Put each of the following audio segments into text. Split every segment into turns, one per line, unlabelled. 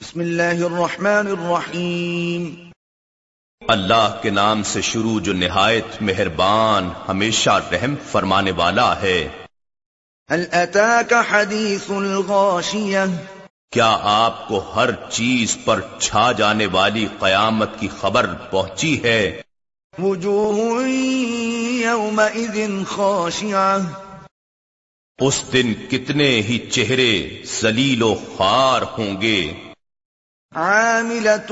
بسم اللہ الرحمن الرحیم
اللہ کے نام سے شروع جو نہایت مہربان ہمیشہ رحم فرمانے والا ہے
هل اتاك حديث الغاشیہ
کیا آپ کو ہر چیز پر چھا جانے والی قیامت کی خبر پہنچی ہے
وجوه يومئذ خاشعة
اس دن کتنے ہی چہرے ذلیل و خوار ہوں گے
عاملة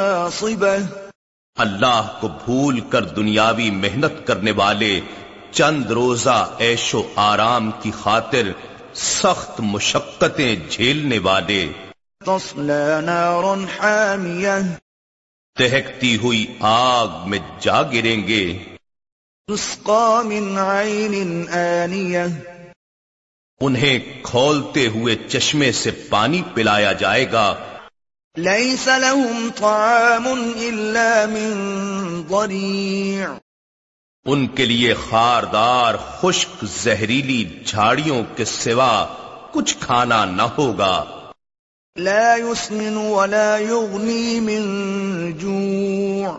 ناصبة
اللہ کو بھول کر دنیاوی محنت کرنے والے چند روزہ عیش و آرام کی خاطر سخت مشقتیں جھیلنے والے
تصلى نارا حامية
دہکتی ہوئی آگ میں جا گریں گے
تسقى من عين آنية
انہیں کھولتے ہوئے چشمے سے پانی پلایا جائے گا
ليس لهم طعام إلا من ضريع
ان کے لیے خاردار خشک زہریلی جھاڑیوں کے سوا کچھ کھانا نہ ہوگا
لا يسمن ولا يغني من جوع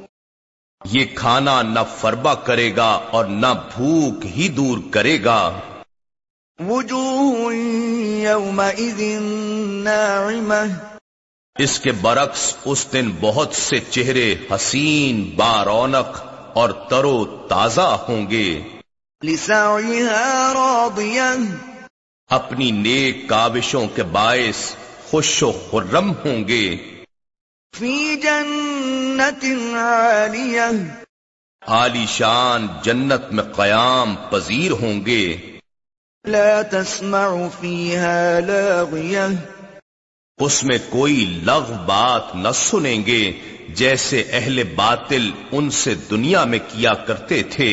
یہ کھانا نہ فربا کرے گا اور نہ بھوک ہی دور کرے گا
وجوه يومئذ ناعمة
اس کے برعکس اس دن بہت سے چہرے حسین بارونق اور ترو تازہ ہوں گے
لسعيها راضية
اپنی نیک کاوشوں کے باعث خوش و خرم ہوں گے
في جنة عالية
عالی شان جنت میں قیام پذیر ہوں گے
لا تسمع فيها لاغية
اس میں کوئی لغ بات نہ سنیں گے جیسے اہل باطل ان سے دنیا میں کیا کرتے تھے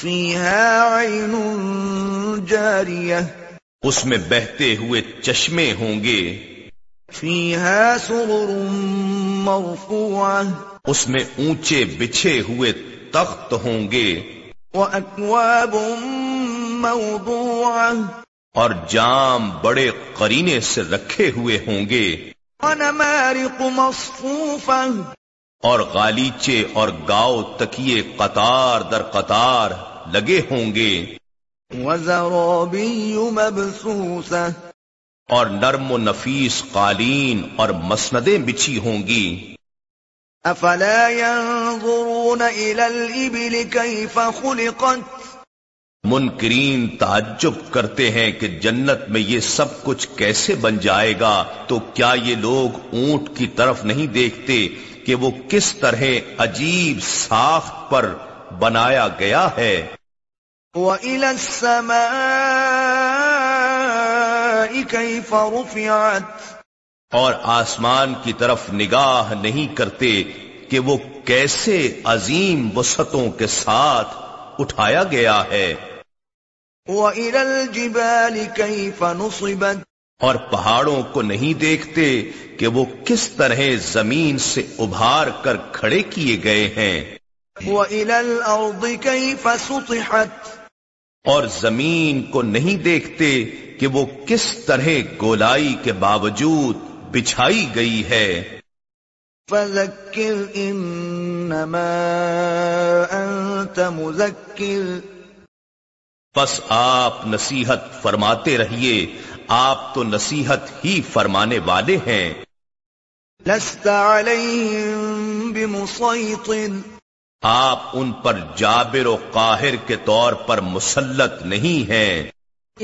فيها عين جارية
اس میں بہتے ہوئے چشمے ہوں گے
فيها سرر مرفوعة
اس میں اونچے بچھے ہوئے تخت ہوں گے
وأكواب موضوعة
اور جام بڑے قرینے سے رکھے ہوئے ہوں گے
ونمارق مصفوفة
اور غالیچے اور گاؤ تکیے قطار در قطار لگے ہوں گے
وزرابي مبثوثة
اور نرم و نفیس قالین اور مسندیں بچھی ہوں گی
أفلا ينظرون إلى الإبل كيف خلقت
منکرین تعجب کرتے ہیں کہ جنت میں یہ سب کچھ کیسے بن جائے گا تو کیا یہ لوگ اونٹ کی طرف نہیں دیکھتے کہ وہ کس طرح عجیب ساخت پر بنایا گیا ہے
وإلى السماء كيف رفعت
اور آسمان کی طرف نگاہ نہیں کرتے کہ وہ کیسے عظیم وسعتوں کے ساتھ اٹھایا گیا ہے
وإلى الجبال كيف نصبت
اور پہاڑوں کو نہیں دیکھتے کہ وہ کس طرح زمین سے ابھار کر کھڑے کیے گئے ہیں
وإلى الأرض كيف سطحت
اور زمین کو نہیں دیکھتے کہ وہ کس طرح گولائی کے باوجود بچھائی گئی ہے
فذكر إنما أنت مذكر
بس آپ نصیحت فرماتے رہیے آپ تو نصیحت ہی فرمانے والے ہیں
لست عليهم بمسيطر
آپ ان پر جابر و قاہر کے طور پر مسلط نہیں ہیں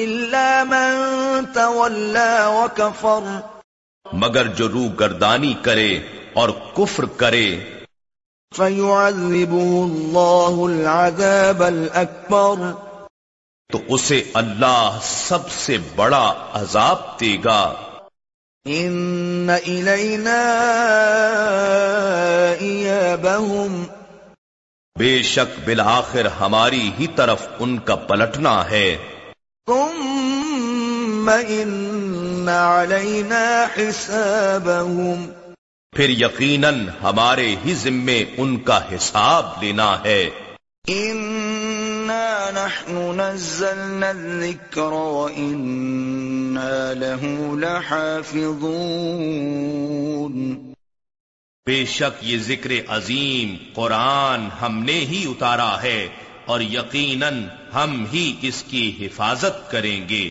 إلا من تولى وكفر
مگر جو روح گردانی کرے اور کفر کرے
فيعذبه الله العذاب الأكبر
تو اسے اللہ سب سے بڑا عذاب دے گا
إن إلينا إيابهم
بے شک بالآخر ہماری ہی طرف ان کا پلٹنا ہے
ثم إن علينا حسابهم
پھر یقیناً ہمارے ہی ذمے ان کا حساب لینا ہے
إنا نحن نزلنا الذكر وإنا له لحافظون
بے شک یہ ذکر عظیم قرآن ہم نے ہی اتارا ہے اور یقیناً ہم ہی اس کی حفاظت کریں گے